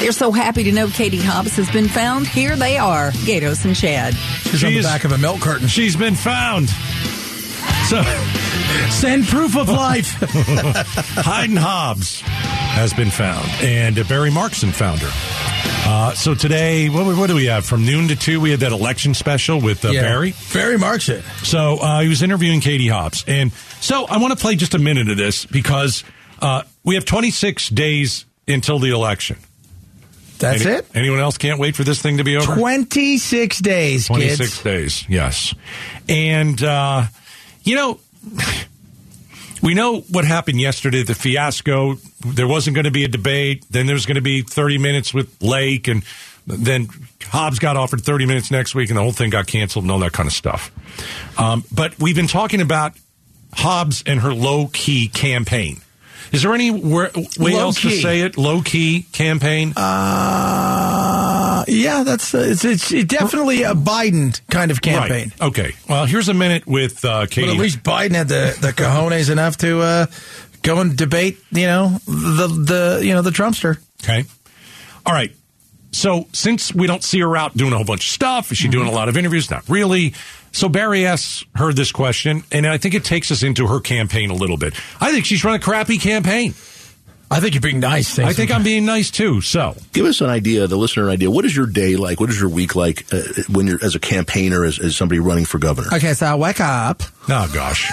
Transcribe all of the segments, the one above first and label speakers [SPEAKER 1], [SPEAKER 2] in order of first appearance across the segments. [SPEAKER 1] They're so happy to know Katie Hobbs has been found. Here they are, Gatos and Chad.
[SPEAKER 2] She's on the back of a milk carton.
[SPEAKER 3] She's been found. So,
[SPEAKER 2] Send proof of life.
[SPEAKER 3] Hyden Hobbs has been found, and Barry Markson found her. Uh, so today, what, what do we have? From noon to two, we had that election special with uh,
[SPEAKER 2] Yeah.
[SPEAKER 3] Barry.
[SPEAKER 2] Barry marks it.
[SPEAKER 3] So uh, he was interviewing Katie Hobbs. And so I want to play just a minute of this because uh, we have 26 days until the election.
[SPEAKER 2] That's
[SPEAKER 3] Any-
[SPEAKER 2] it.
[SPEAKER 3] Anyone else can't wait for this thing to be over?
[SPEAKER 2] 26 days,
[SPEAKER 3] 26
[SPEAKER 2] kids.
[SPEAKER 3] days, yes. And, uh, you know, we know what happened yesterday the fiasco. There wasn't going to be a debate. Then there was going to be 30 minutes with Lake. And then Hobbs got offered 30 minutes next week, and the whole thing got canceled and all that kind of stuff. Um, but we've been talking about Hobbs and her low key campaign. Is there any wor- way
[SPEAKER 2] Low
[SPEAKER 3] else to
[SPEAKER 2] key.
[SPEAKER 3] say it? Low key campaign?
[SPEAKER 2] Uh, yeah, that's uh, it's, it's definitely a Biden kind of campaign.
[SPEAKER 3] Right. Okay. Well, here's a minute with uh, Katie.
[SPEAKER 2] But at least Biden had the, the cojones enough to uh, go and debate, you know, the the you know the Trumpster.
[SPEAKER 3] Okay. All right. So since we don't see her out doing a whole bunch of stuff,
[SPEAKER 2] Mm-hmm.
[SPEAKER 3] is she doing a lot of interviews? Not really. So Barry asks her this question, and I think it takes us into her campaign a little bit. I think she's run a crappy campaign.
[SPEAKER 2] I think you're being nice.
[SPEAKER 3] I think I'm being nice too. So
[SPEAKER 4] Give us an idea, the listener, an idea. What is your day like? What is your week like uh, when you're as a campaigner, as, as somebody running for governor?
[SPEAKER 2] Okay, so I wake up
[SPEAKER 3] oh gosh,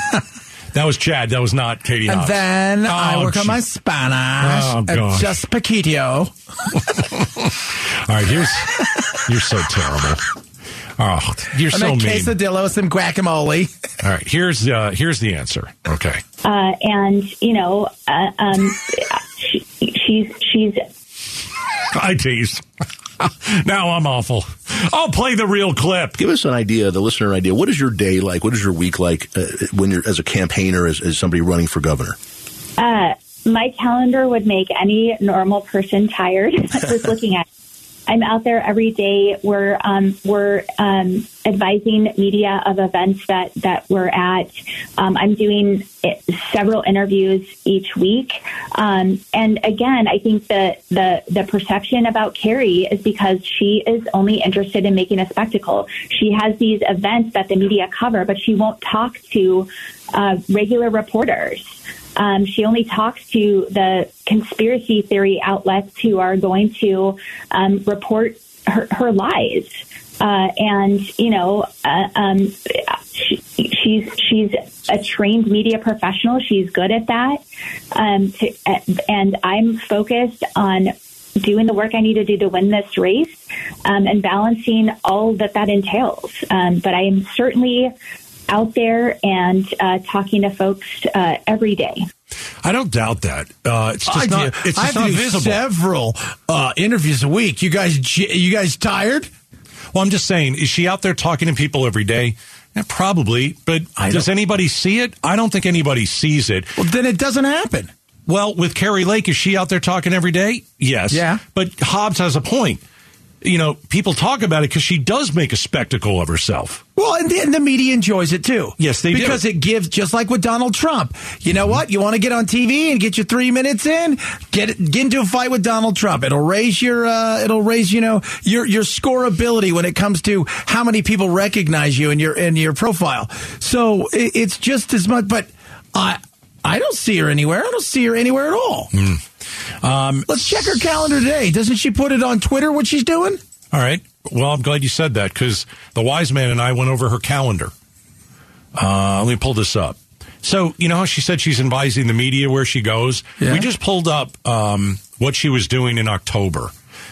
[SPEAKER 3] that was Chad. That was not Katie.
[SPEAKER 2] and
[SPEAKER 3] Hobbs.
[SPEAKER 2] then I
[SPEAKER 3] Oh,
[SPEAKER 2] work on my
[SPEAKER 3] gee.
[SPEAKER 2] Spanish.
[SPEAKER 3] Oh, gosh.
[SPEAKER 2] It's just Paquito.
[SPEAKER 3] All right, here's you're so terrible. Oh, you're
[SPEAKER 2] I
[SPEAKER 3] so mean.
[SPEAKER 2] make quesadillo, some guacamole.
[SPEAKER 3] All right, here's uh, here's the answer. Okay.
[SPEAKER 5] uh, and you know, uh, um, she, she's she's
[SPEAKER 3] I teased. now I'm awful. I'll play the real clip.
[SPEAKER 4] Give us an idea, the listener, an idea. What is your day like? What is your week like uh, when you're as a campaigner, as, as somebody running for governor?
[SPEAKER 5] uh, my calendar would make any normal person tired just looking at. it. I'm out there every day. We're um, we're um, advising media of events that that we're at. Um, I'm doing eh, several interviews each week, um, and again, I think the the the perception about Carrie is because she is only interested in making a spectacle. She has these events that the media cover, but she won't talk to uh, regular reporters. Um, she only talks to the conspiracy theory outlets who are going to um, report her, her lies. Uh, and you know, uh, um, she, she's she's a trained media professional. She's good at that. Um, to, and I'm focused on doing the work I need to do to win this race um, and balancing all that that entails. Um, but I am certainly out there and uh, talking to folks uh, every day.
[SPEAKER 3] I don't doubt that. Uh, it's just not.
[SPEAKER 2] do.
[SPEAKER 3] It's
[SPEAKER 2] I have
[SPEAKER 3] just
[SPEAKER 2] to
[SPEAKER 3] not
[SPEAKER 2] do
[SPEAKER 3] visible.
[SPEAKER 2] several uh, interviews a week. You guys, j- you guys tired?
[SPEAKER 3] Well, I'm just saying. Is she out there talking to people every day? Yeah, probably. But
[SPEAKER 2] I
[SPEAKER 3] does
[SPEAKER 2] don't-
[SPEAKER 3] anybody see it? I don't think anybody sees it.
[SPEAKER 2] Well, then it doesn't happen.
[SPEAKER 3] Well, with Carrie Lake, is she out there talking every day? Yes.
[SPEAKER 2] Yeah.
[SPEAKER 3] But Hobbs has a point. You know, people talk about it because she does make a spectacle of herself.
[SPEAKER 2] Well, and the, and the media enjoys it too.
[SPEAKER 3] Yes, they do.
[SPEAKER 2] because it gives just like with Donald Trump. You know what? You want to get on TV and get your three minutes in. Get it- get into a fight with Donald Trump. It'll raise your uh, it'll raise you know your your scoreability when it comes to how many people recognize you in your in your profile. So it, it's just as much. But I I don't see her anywhere. I don't see her anywhere at all.
[SPEAKER 3] Hmm.
[SPEAKER 2] Um, Let's check her calendar today. Doesn't she put it on Twitter what she's doing?
[SPEAKER 3] All right. Well, I'm glad you said that because the wise man and I went over her calendar. Uh, let me pull this up. So, you know how she said she's advising the media where she goes?
[SPEAKER 2] Yeah.
[SPEAKER 3] We just pulled up um, what she was doing in October.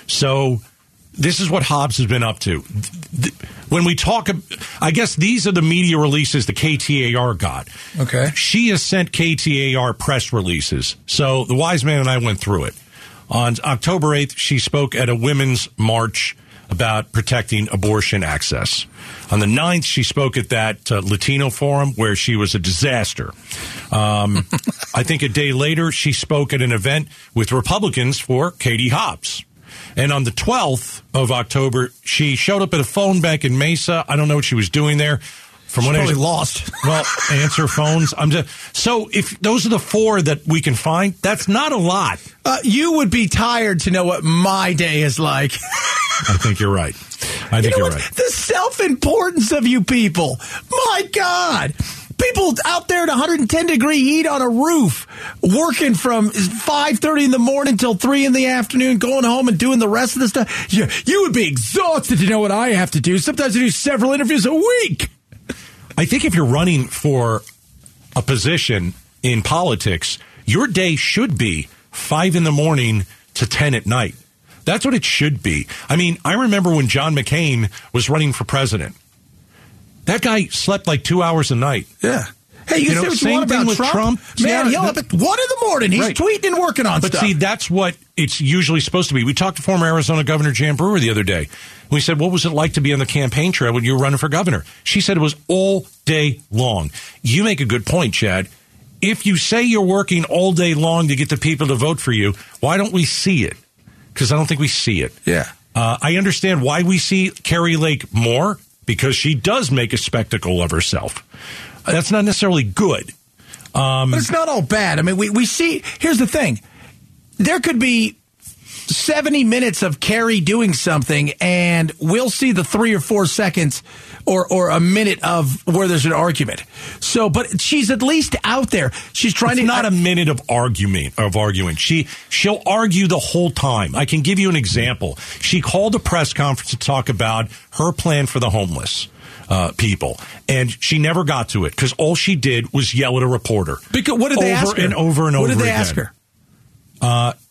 [SPEAKER 3] So, this is what Hobbs has been up to. Th- th- When we talk, ab- I guess these are the media releases the KTAR got.
[SPEAKER 2] Okay.
[SPEAKER 3] She has sent KTAR press releases. So the wise man and I went through it. On October 8th, she spoke at a women's march about protecting abortion access. On the 9th, she spoke at that uh, Latino forum where she was a disaster. Um, I think a day later, she spoke at an event with Republicans for Katie Hobbs. And on the 12th of October, she showed up at a phone bank in Mesa. I don't know what she was doing there. From what I
[SPEAKER 2] probably
[SPEAKER 3] was-
[SPEAKER 2] lost.
[SPEAKER 3] well, answer phones. I'm just so if those are the four that we can find, that's not a lot.
[SPEAKER 2] Uh, you would be tired to know what my day is like.
[SPEAKER 3] I think you're right. I think
[SPEAKER 2] You know
[SPEAKER 3] you are
[SPEAKER 2] what?
[SPEAKER 3] right.
[SPEAKER 2] The self importance of you people. My God. People out there in 110 degree heat on a roof, working from 5:30 in the morning till 3 in the afternoon, going home and doing the rest of the stuff. You, you would be exhausted to know what I have to do. Sometimes I do several interviews a week.
[SPEAKER 3] I think if you're running for a position in politics, your day should be five in the morning to 10 at night. That's what it should be. I mean, I remember when John McCain was running for president. That guy slept like two hours a night.
[SPEAKER 2] Yeah. Hey, you,
[SPEAKER 3] You
[SPEAKER 2] can
[SPEAKER 3] know,
[SPEAKER 2] say what you
[SPEAKER 3] same
[SPEAKER 2] want about
[SPEAKER 3] thing with
[SPEAKER 2] Trump.
[SPEAKER 3] Trump.
[SPEAKER 2] Man,
[SPEAKER 3] Yeah,
[SPEAKER 2] he'll
[SPEAKER 3] the-
[SPEAKER 2] up at one in the morning. He's
[SPEAKER 3] Right.
[SPEAKER 2] tweeting and working on
[SPEAKER 3] But
[SPEAKER 2] stuff.
[SPEAKER 3] see, that's what it's usually supposed to be. We talked to former Arizona Governor Jan Brewer the other day. We said, What was it like to be on the campaign trail when you were running for governor? She said it was all day long. You make a good point, Chad. If you say you're working all day long to get the people to vote for you, why don't we see it? Because I don't think we see it.
[SPEAKER 2] Yeah.
[SPEAKER 3] Uh, I understand why we see Carrie Lake more because she does make a spectacle of herself. That's not necessarily good.
[SPEAKER 2] But it's not all bad. I mean, we, we see. Here's the thing there could be 70 minutes of Carrie doing something, and we'll see the three or four seconds or, or a minute of where there's an argument. So, but she's at least out there. She's trying
[SPEAKER 3] it's
[SPEAKER 2] to.
[SPEAKER 3] not a minute of argument of arguing. She she'll argue the whole time. I can give you an example. She called a press conference to talk about her plan for the homeless uh, people, and she never got to it because all she did was yell at a reporter.
[SPEAKER 2] because what did
[SPEAKER 3] over
[SPEAKER 2] they ask her?
[SPEAKER 3] and over and over?
[SPEAKER 2] What did they
[SPEAKER 3] again. Uh,
[SPEAKER 2] ask her?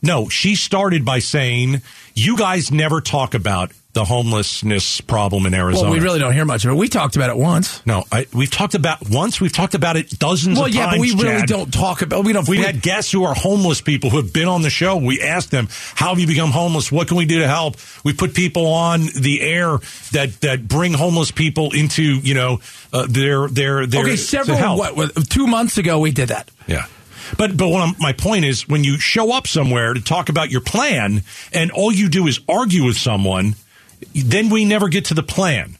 [SPEAKER 3] No, she started by saying, "You guys never talk about the homelessness problem in Arizona."
[SPEAKER 2] Well, we really don't hear much of it. We talked about it once.
[SPEAKER 3] no. I, we've talked about once. We've talked about it dozens.
[SPEAKER 2] Well,
[SPEAKER 3] of
[SPEAKER 2] yeah,
[SPEAKER 3] times,
[SPEAKER 2] but we really
[SPEAKER 3] Chad.
[SPEAKER 2] don't talk about. We don't.
[SPEAKER 3] We've had guests who are homeless people who have been on the show. We asked them, "How have you become homeless? What can we do to help?" We put people on the air that that bring homeless people into you know uh, their their their
[SPEAKER 2] okay,
[SPEAKER 3] to
[SPEAKER 2] several
[SPEAKER 3] help.
[SPEAKER 2] what, what two months ago we did that.
[SPEAKER 3] Yeah. But but what I'm, my point is, when you show up somewhere to talk about your plan, and all you do is argue with someone, then we never get to the plan.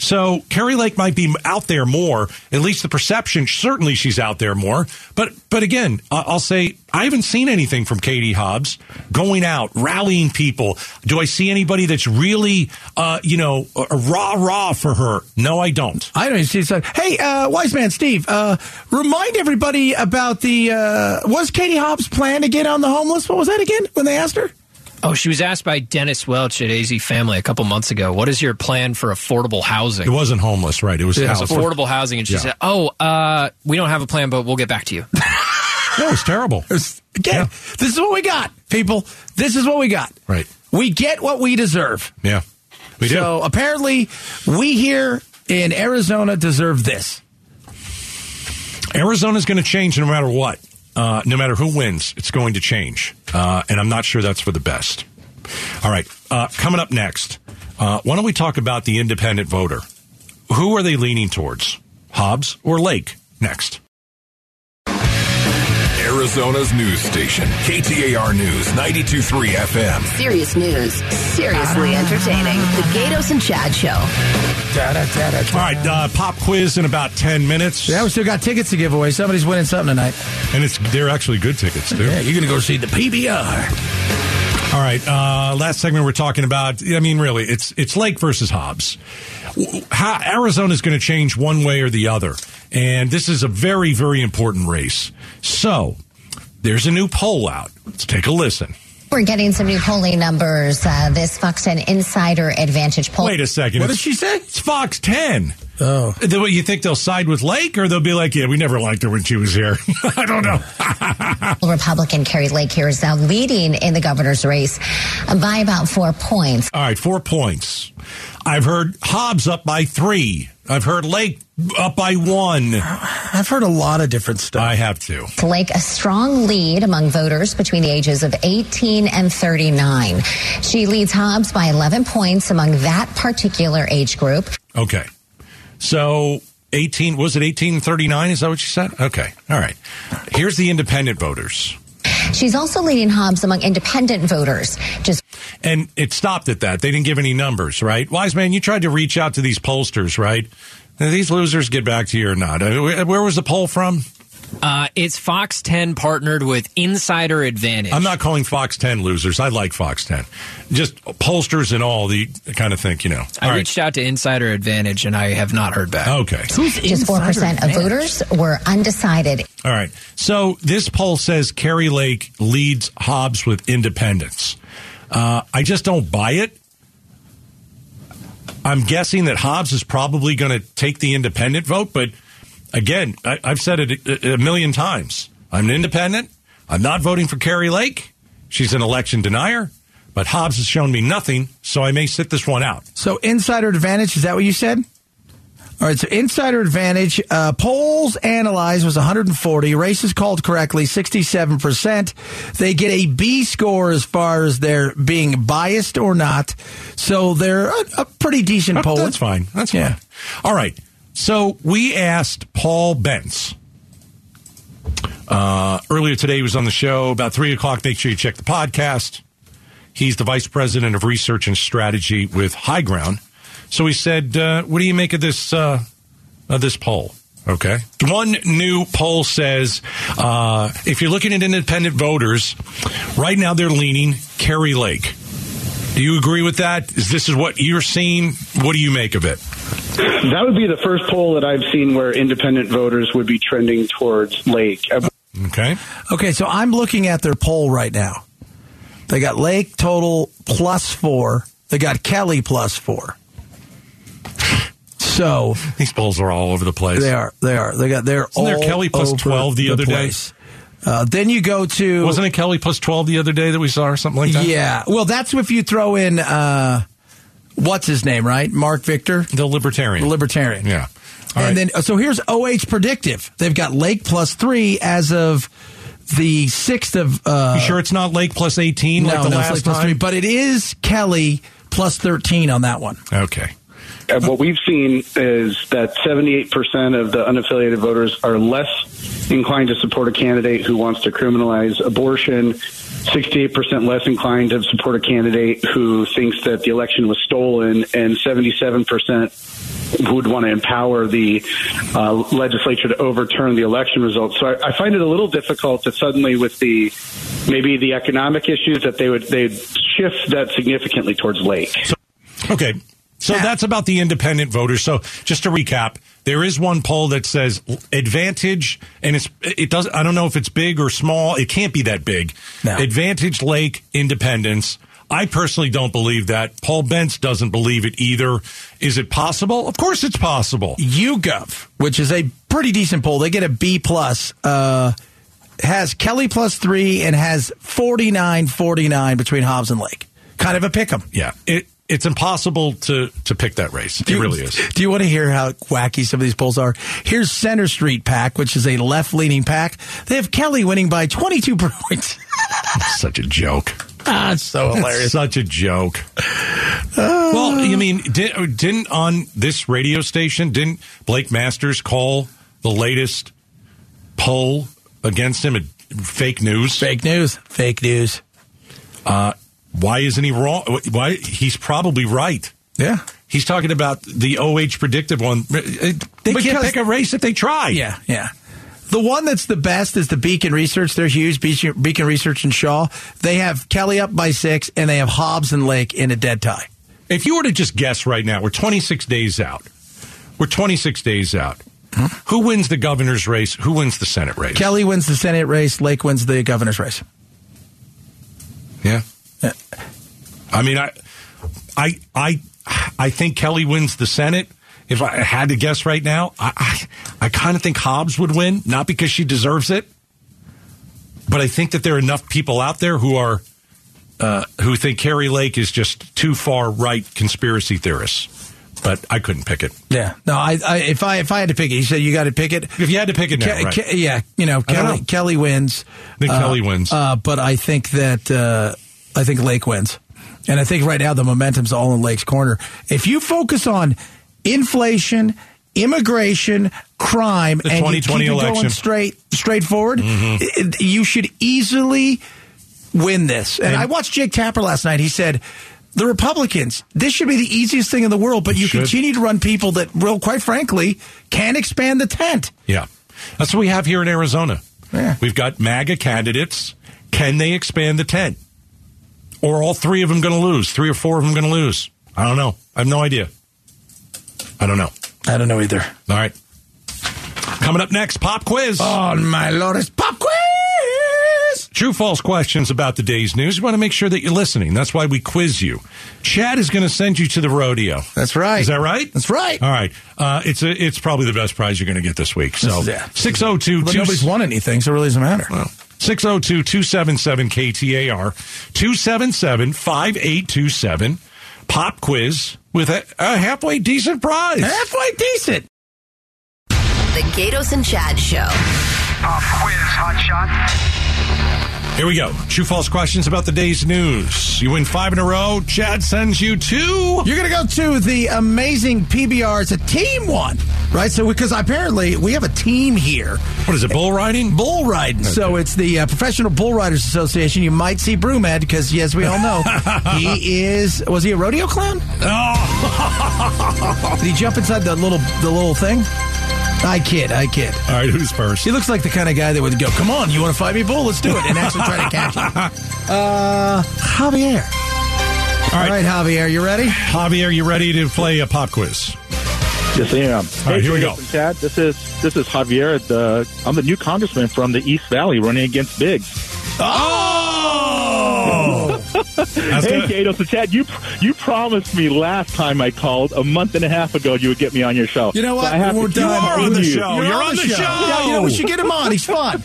[SPEAKER 3] So Carrie Lake might be out there more. At least the perception, certainly, she's out there more. But but again, I- I'll say I haven't seen anything from Katie Hobbs going out rallying people. Do I see anybody that's really uh, you know rah rah for her? No, I don't.
[SPEAKER 2] I don't even see so. Hey, uh, wise man Steve, uh, remind everybody about the uh, was Katie Hobbs' plan to get on the homeless? What was that again? When they asked her,
[SPEAKER 6] Oh, she was asked by Dennis Welch at AZ Family a couple months ago, what is your plan for affordable
[SPEAKER 3] It
[SPEAKER 6] housing?
[SPEAKER 3] wasn't homeless, right? It was
[SPEAKER 6] It was
[SPEAKER 3] house-
[SPEAKER 6] affordable housing. And she
[SPEAKER 3] Yeah.
[SPEAKER 6] said, oh, uh, we don't have a plan, but we'll get back to you.
[SPEAKER 3] No, it was terrible.
[SPEAKER 2] It was- again, this is what we got, people. This is what we got.
[SPEAKER 3] Right.
[SPEAKER 2] We get what we deserve.
[SPEAKER 3] Yeah, we do.
[SPEAKER 2] So apparently, we here in Arizona deserve this.
[SPEAKER 3] Arizona's going to change no matter what. Uh, no matter who wins, it's going to change, uh, and I'm not sure that's for the best. All right, uh, coming up next, uh, why don't we talk about the independent voter? Who are they leaning towards, Hobbs or Lake? Next.
[SPEAKER 7] Arizona's news station, KTAR News 92.3 FM.
[SPEAKER 8] Serious news, seriously
[SPEAKER 1] Ah.
[SPEAKER 8] entertaining. The Gatos and Chad Show.
[SPEAKER 3] All right, uh, pop quiz in about ten minutes.
[SPEAKER 2] Yeah, we still got tickets to give away. Somebody's winning something tonight.
[SPEAKER 3] and it's they're actually good tickets too.
[SPEAKER 2] you're gonna go see the PBR.
[SPEAKER 3] All right. Uh, last segment we're talking about. I mean, really, it's it's Lake versus Hobbs. W- How, Arizona's going to change one way or the other, and this is a very very important race. So there's a new poll out. Let's take a listen.
[SPEAKER 9] We're getting some new polling numbers. Uh, this Fox 10 Insider Advantage poll.
[SPEAKER 3] Wait a second.
[SPEAKER 2] What did
[SPEAKER 3] It's-
[SPEAKER 2] she say?
[SPEAKER 3] It's Fox Ten. Oh, the, what, you think they'll side with Lake, or they'll be like, "Yeah, we never liked her when she was here." I don't know.
[SPEAKER 9] Republican Carrie Lake here is now leading in the governor's race by about four points.
[SPEAKER 3] All right, four points. I've heard Hobbs up by three. I've heard Lake up by one.
[SPEAKER 2] I've heard a lot of different stuff.
[SPEAKER 3] I have to.
[SPEAKER 9] Lake a strong lead among voters between the ages of 18 and 39. She leads Hobbs by 11 points among that particular age group.
[SPEAKER 3] Okay. So 18, was it 1839? Is that what you said? Okay. All right. Here's the independent voters.
[SPEAKER 9] She's also leading Hobbs among independent voters. Just
[SPEAKER 3] And it stopped at that. They didn't give any numbers, right? Wise man, you tried to reach out to these pollsters, right? Now, these losers get back to you or not? I mean, where where was the poll from?
[SPEAKER 6] Uh, it's Fox 10 partnered with Insider Advantage.
[SPEAKER 3] I'm not calling Fox 10 losers. I like Fox 10. Just pollsters and all the kind of thing, you know.
[SPEAKER 6] I
[SPEAKER 3] All right.
[SPEAKER 6] reached out to Insider Advantage and I have not heard back.
[SPEAKER 3] Okay.
[SPEAKER 9] Just 4% of voters were undecided.
[SPEAKER 3] All right. So this poll says Carrie Lake leads Hobbs with independence. Uh, I just don't buy it. I'm guessing that Hobbs is probably going to take the independent vote, but again, I, I've said it a, a million times. I'm an independent. I'm not voting for Carrie Lake. She's an election denier, but Hobbs has shown me nothing, so I may sit this one out.
[SPEAKER 2] So insider advantage, is that what you said? All right, so insider advantage, uh, polls analyzed was 140, races called correctly 67%. They get a B score as far as they're being biased or not. So they're a, a pretty decent
[SPEAKER 3] That-
[SPEAKER 2] poll.
[SPEAKER 3] That's fine. That's
[SPEAKER 2] Yeah.
[SPEAKER 3] fine. All right. So we asked Paul Bentz. Uh, earlier today, he was on the show about 3 o'clock. Make sure you check the podcast. He's the vice president of research and strategy with High Ground. So he said, uh, What do you make of this, uh, of this poll? Okay. One new poll says uh, if you're looking at independent voters, right now they're leaning Kerry Lake. Do you agree with that? Is this is what you're seeing? What do you make of it?
[SPEAKER 10] That would be the first poll that I've seen where independent voters would be trending towards Lake. I-
[SPEAKER 3] Okay.
[SPEAKER 2] Okay, so I'm looking at their poll right now. They got Lake total plus four. They got Kelly plus four. So
[SPEAKER 3] These polls are all over the place.
[SPEAKER 2] they are, they are, they got. They're all
[SPEAKER 3] Isn't there Kelly plus
[SPEAKER 2] over
[SPEAKER 3] 12 the other day?
[SPEAKER 2] place. Uh, then you go to
[SPEAKER 3] Wasn't it Kelly plus 12 the other day that we saw or something like that?
[SPEAKER 2] yeah. Well, that's if you throw in uh, what's his name, right? Mark Victor,
[SPEAKER 3] The Libertarian.
[SPEAKER 2] the libertarian.
[SPEAKER 3] yeah. All right.
[SPEAKER 2] and then so here's OH predictive. They've got Lake plus three as of the sixth of uh,
[SPEAKER 3] you sure it's not Lake plus 18 like the
[SPEAKER 2] it's
[SPEAKER 3] last
[SPEAKER 2] like plus
[SPEAKER 3] time?
[SPEAKER 2] three, but it is Kelly plus 13 on that one.
[SPEAKER 3] okay.
[SPEAKER 10] uh, What we've seen is that 78% of the unaffiliated voters are less inclined to support a candidate who wants to criminalize abortion, 68% less inclined to support a candidate who thinks that the election was stolen, and 77% would want to empower the uh, legislature to overturn the election results. So I, I find it a little difficult to suddenly, with the maybe the economic issues, that they would they'd shift that significantly towards Lake.
[SPEAKER 3] Okay. So that's about the independent voters. So just to recap, there is one poll that says advantage, and it's it does. I don't know if it's big or small. It can't be that big.
[SPEAKER 2] No.
[SPEAKER 3] Advantage Lake Independence. I personally don't believe that. Paul Bentz doesn't believe it either. Is it possible? Of course, it's possible.
[SPEAKER 2] YouGov, which is a pretty decent poll, they get a B plus. Uh, has Kelly plus three and has 49 49 between Hobbs and Lake. Kind of a pick 'em.
[SPEAKER 3] Yeah, it it's impossible to to pick that race. It
[SPEAKER 2] Do you-
[SPEAKER 3] really is.
[SPEAKER 2] Do you want to hear how wacky some of these polls are? Here's Center Street Pack, which is a left leaning pack. They have Kelly winning by 22 points.
[SPEAKER 3] Such a joke.
[SPEAKER 2] ah, it's so
[SPEAKER 3] It's
[SPEAKER 2] hilarious.
[SPEAKER 3] Such a joke. well, I mean, did, didn't on this radio station, didn't Blake Masters call the latest poll against him a fake news?
[SPEAKER 2] Fake news. Fake news.
[SPEAKER 3] Why isn't he wrong? Why he's probably right.
[SPEAKER 2] Yeah. uh,
[SPEAKER 3] He's talking about the OH predictive one. They can't
[SPEAKER 2] Because-
[SPEAKER 3] pick a race if they try.
[SPEAKER 2] Yeah, yeah. The one that's the best is the Beacon Research. They're huge. Beacon, Beacon Research and Shaw. They have Kelly up by six, and they have Hobbs and Lake in a dead tie.
[SPEAKER 3] If you were to just guess right now, we're 26 days out. We're 26 days out. Who wins the governor's race? Who wins the Senate race?
[SPEAKER 2] Kelly wins the Senate race. Lake wins the governor's race.
[SPEAKER 3] Yeah. Uh, I mean, I, I, I, I think Kelly wins the Senate. If I had to guess right now, I, I, I kind of think Hobbs would win, not because she deserves it, but I think that there are enough people out there who are, uh, who think Carrie Lake is just too far right conspiracy theorists. But I couldn't pick it.
[SPEAKER 2] Yeah. No, I, I if I if I had to pick it, you said you got to pick it.
[SPEAKER 3] If you had to pick it now,
[SPEAKER 2] Ke-
[SPEAKER 3] right.
[SPEAKER 2] Ke- yeah, you know
[SPEAKER 3] I don't
[SPEAKER 2] Kelly
[SPEAKER 3] know.
[SPEAKER 2] Kelly wins.
[SPEAKER 3] Then Kelly wins.
[SPEAKER 2] Uh, but I think that uh, I think Lake wins, and I think right now the momentum's all in Lake's corner. If you focus on inflation, immigration, crime,
[SPEAKER 3] The
[SPEAKER 2] and you
[SPEAKER 3] 2020
[SPEAKER 2] keep it
[SPEAKER 3] election. Mm-hmm.
[SPEAKER 2] going straight straightforward, i- i- you should easily win this. And, I watched Jake Tapper last night. He said the Republicans. This should be the easiest thing in the world, but you continue to run people that, well, quite frankly, can't expand the tent.
[SPEAKER 3] Yeah. That's what we have here in Arizona.
[SPEAKER 2] Yeah.
[SPEAKER 3] We've got MAGA candidates. Can they expand the tent? Or are all three of them going to lose? Three or four of them going to lose? I don't know. I have no idea. I don't know.
[SPEAKER 2] I don't know either.
[SPEAKER 3] All right. Coming up next, pop quiz.
[SPEAKER 2] Oh, my Lord, it's pop quiz!
[SPEAKER 3] True false questions about the day's news. We want to make sure that you're listening. That's why we quiz you. Chad is going to send you to the rodeo.
[SPEAKER 2] That's right.
[SPEAKER 3] Is that right?
[SPEAKER 2] That's right.
[SPEAKER 3] All right. Uh, it's a, it's probably the best prize you're going to get this week. So
[SPEAKER 2] This is it.
[SPEAKER 3] 602
[SPEAKER 2] But nobody's won anything, so it really doesn't matter.
[SPEAKER 3] 602 277 KTAR 277 5827. Pop quiz with a, a halfway decent prize.
[SPEAKER 2] Halfway decent.
[SPEAKER 8] The Gatos and Chad Show.
[SPEAKER 11] Pop quiz, hotshot.
[SPEAKER 3] Here we go. True false questions about the day's news. You win five in a row. Chad sends you two.
[SPEAKER 2] You're going to go to the amazing PBR. It's a team one, right? So, because apparently we have a team here.
[SPEAKER 3] What is it, bull riding?
[SPEAKER 2] Bull riding. So it's the uh, Professional Bull Riders Association. You might see Brewmed because, yes, we all know he is. Was he a rodeo clown?
[SPEAKER 3] Oh.
[SPEAKER 2] Did he jump inside the little the little thing? I kid, I kid.
[SPEAKER 3] All right, who's first?
[SPEAKER 2] He looks like the kind of guy that would go, "Come on, you want to fight me, bull? Let's do it!" and actually try to catch him. Uh, Javier. All right. Javier, you ready?
[SPEAKER 3] Javier, you ready to play a pop quiz?
[SPEAKER 12] Yes, I am.
[SPEAKER 3] All right, here we go.
[SPEAKER 12] Jason, Chad, this is this is Javier. The I'm the new congressman from the East Valley, running against Biggs.
[SPEAKER 3] Oh! That's
[SPEAKER 12] hey,
[SPEAKER 3] good.
[SPEAKER 12] Gato, so oh Chad, you you promised me last time I called a month and a half ago you would get me on your show.
[SPEAKER 2] You know
[SPEAKER 12] So
[SPEAKER 2] what?
[SPEAKER 12] I have
[SPEAKER 2] We're
[SPEAKER 12] to
[SPEAKER 2] done.
[SPEAKER 12] keep
[SPEAKER 3] are on
[SPEAKER 12] with
[SPEAKER 3] the
[SPEAKER 12] you.
[SPEAKER 3] show. You're on the show.
[SPEAKER 2] Yeah, you know we should get him on. He's fun.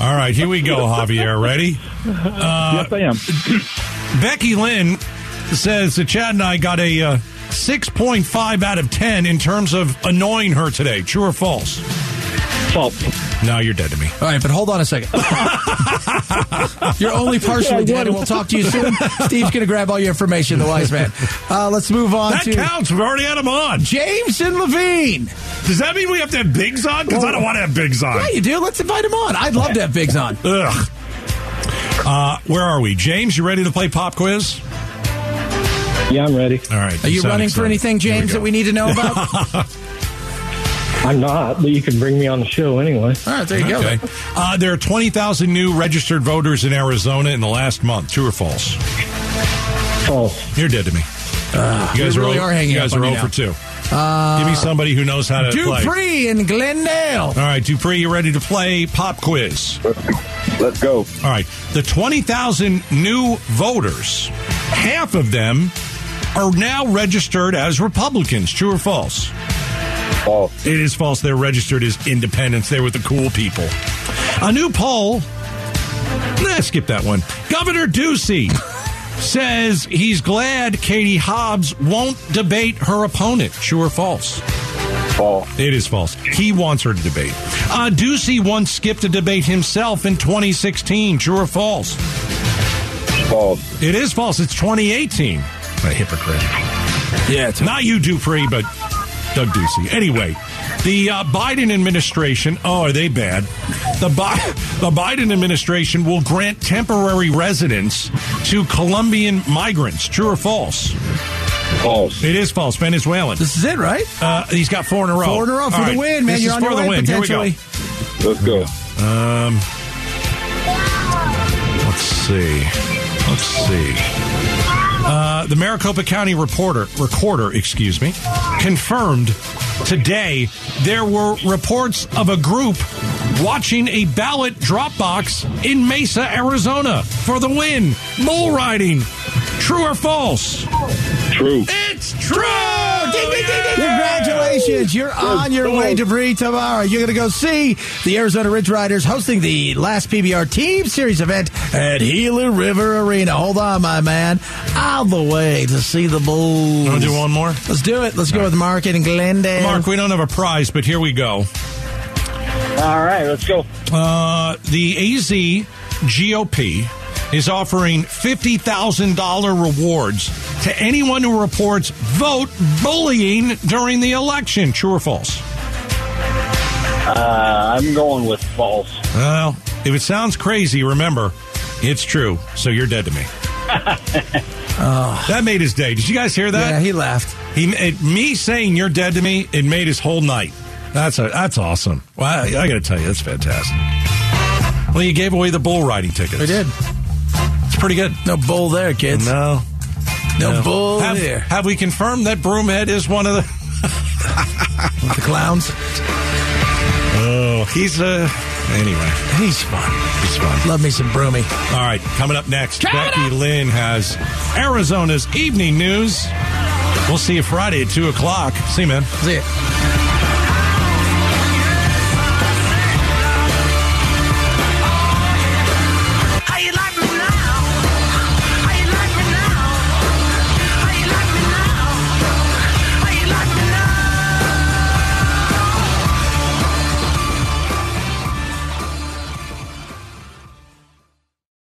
[SPEAKER 3] All right, here we go, Javier. Ready? Uh,
[SPEAKER 12] yes, I am.
[SPEAKER 3] Becky Lynn says that Chad and I got a uh, 6.5 out of 10 in terms of annoying her today. True or false?
[SPEAKER 12] False.
[SPEAKER 3] No, you're dead to me.
[SPEAKER 2] All right, but hold on a second. You're only partially dead, and we'll talk to you soon. Steve's going to grab all your information, the wise man. Uh, let's move on
[SPEAKER 3] That
[SPEAKER 2] to
[SPEAKER 3] counts. We've already had him on.
[SPEAKER 2] James and Levine.
[SPEAKER 3] Does that mean we have to have Biggs on? Because I don't want to have Biggs on.
[SPEAKER 2] Yeah, you do. Let's invite him on. I'd love to have Biggs on.
[SPEAKER 3] Ugh. Uh, where are we? James, you ready to play pop quiz?
[SPEAKER 13] Yeah, I'm ready.
[SPEAKER 3] All right.
[SPEAKER 2] Are you
[SPEAKER 3] sound
[SPEAKER 2] running for
[SPEAKER 3] excited.
[SPEAKER 2] anything,
[SPEAKER 3] Here
[SPEAKER 2] James,
[SPEAKER 3] go.
[SPEAKER 2] that we need to know about? all
[SPEAKER 13] I'm not, but you can bring me on the show anyway.
[SPEAKER 2] right, there you
[SPEAKER 3] Okay.
[SPEAKER 2] go.
[SPEAKER 3] Uh, there are 20,000 new registered voters in Arizona in the last month. True or false?
[SPEAKER 13] False.
[SPEAKER 3] You're dead to me. you guys
[SPEAKER 2] you Uh, really
[SPEAKER 3] o-
[SPEAKER 2] are hanging
[SPEAKER 3] You guys
[SPEAKER 2] up on
[SPEAKER 3] are
[SPEAKER 2] me
[SPEAKER 3] over two. Give me somebody who knows how to play.
[SPEAKER 2] Dupree in Glendale.
[SPEAKER 3] All right, Dupree, you ready to play pop quiz?
[SPEAKER 10] Let's go.
[SPEAKER 3] All right, the 20,000 new voters, half of them are now registered as Republicans. True or false?
[SPEAKER 10] Paul.
[SPEAKER 3] It is false. They're registered as independents. They're with the cool people. A new poll. Nah, skip that one. Governor Ducey says he's glad Katie Hobbs won't debate her opponent. True or false?
[SPEAKER 10] Paul.
[SPEAKER 3] It is false. He wants her to debate. Uh, Ducey once skipped a debate himself in 2016. True or false?
[SPEAKER 10] Paul.
[SPEAKER 3] It is false. It's 2018. A hypocrite.
[SPEAKER 2] Yeah, it's
[SPEAKER 3] Not you, Dupree, but Doug Ducey. Anyway, the uh, Biden administration. Oh, are they bad? The Bi- the Biden administration will grant temporary residence to Colombian migrants. True or false?
[SPEAKER 10] False.
[SPEAKER 3] It is false. Venezuelan.
[SPEAKER 2] this is it, right?
[SPEAKER 3] Uh, he's got four in a row.
[SPEAKER 2] Four in a row for
[SPEAKER 3] All
[SPEAKER 2] the
[SPEAKER 3] right.
[SPEAKER 2] win, man.
[SPEAKER 3] This
[SPEAKER 2] You're
[SPEAKER 3] is
[SPEAKER 2] on
[SPEAKER 3] for
[SPEAKER 2] your
[SPEAKER 3] the
[SPEAKER 2] way
[SPEAKER 3] win. Here we go.
[SPEAKER 2] potentially.
[SPEAKER 10] Let's go.
[SPEAKER 3] Let's see. Let's see. Uh, the Maricopa County reporter, recorder, excuse me, confirmed today there were reports of a group watching a ballot drop box in Mesa, Arizona for the win. Bull riding. True or false?
[SPEAKER 10] True.
[SPEAKER 3] It's true. Ding, ding, ding, ding, ding.
[SPEAKER 2] Congratulations. You're on your way to Bree tomorrow. You're going to go see the Arizona Ridge Riders hosting the last PBR Team Series event at Gila River Arena. Hold on, my man. All the way to see the Bulls.
[SPEAKER 3] Wanna do one more?
[SPEAKER 2] Let's do it. Let's go with Mark in Glendale.
[SPEAKER 3] Mark, we don't have a prize, but here we go.
[SPEAKER 13] All right, let's go.
[SPEAKER 3] Uh, the AZ GOP is offering $50,000 rewards to anyone who reports vote bullying during the election. True or false?
[SPEAKER 13] Uh, I'm going with false.
[SPEAKER 3] Well, if it sounds crazy, remember, it's true. So you're dead to me. That made his day. Did you guys hear that?
[SPEAKER 2] Yeah, he laughed.
[SPEAKER 3] He it, me saying you're dead to me. It made his whole night. That's a, that's awesome. Well, I, I got to tell you, that's fantastic. Well, you gave away the bull riding tickets.
[SPEAKER 2] We did.
[SPEAKER 3] It's pretty good.
[SPEAKER 2] No bull there, kids.
[SPEAKER 3] No,
[SPEAKER 2] No bull
[SPEAKER 3] have,
[SPEAKER 2] there.
[SPEAKER 3] Have we confirmed that Broomhead is one of the?
[SPEAKER 2] The clowns.
[SPEAKER 3] Oh, he's uh. Anyway,
[SPEAKER 2] He's fun.
[SPEAKER 3] he's fun.
[SPEAKER 2] Love me some broomy.
[SPEAKER 3] All right, coming up next, Becky Lynn has Arizona's evening news. We'll see you Friday at 2 o'clock. See you, man.
[SPEAKER 2] See ya.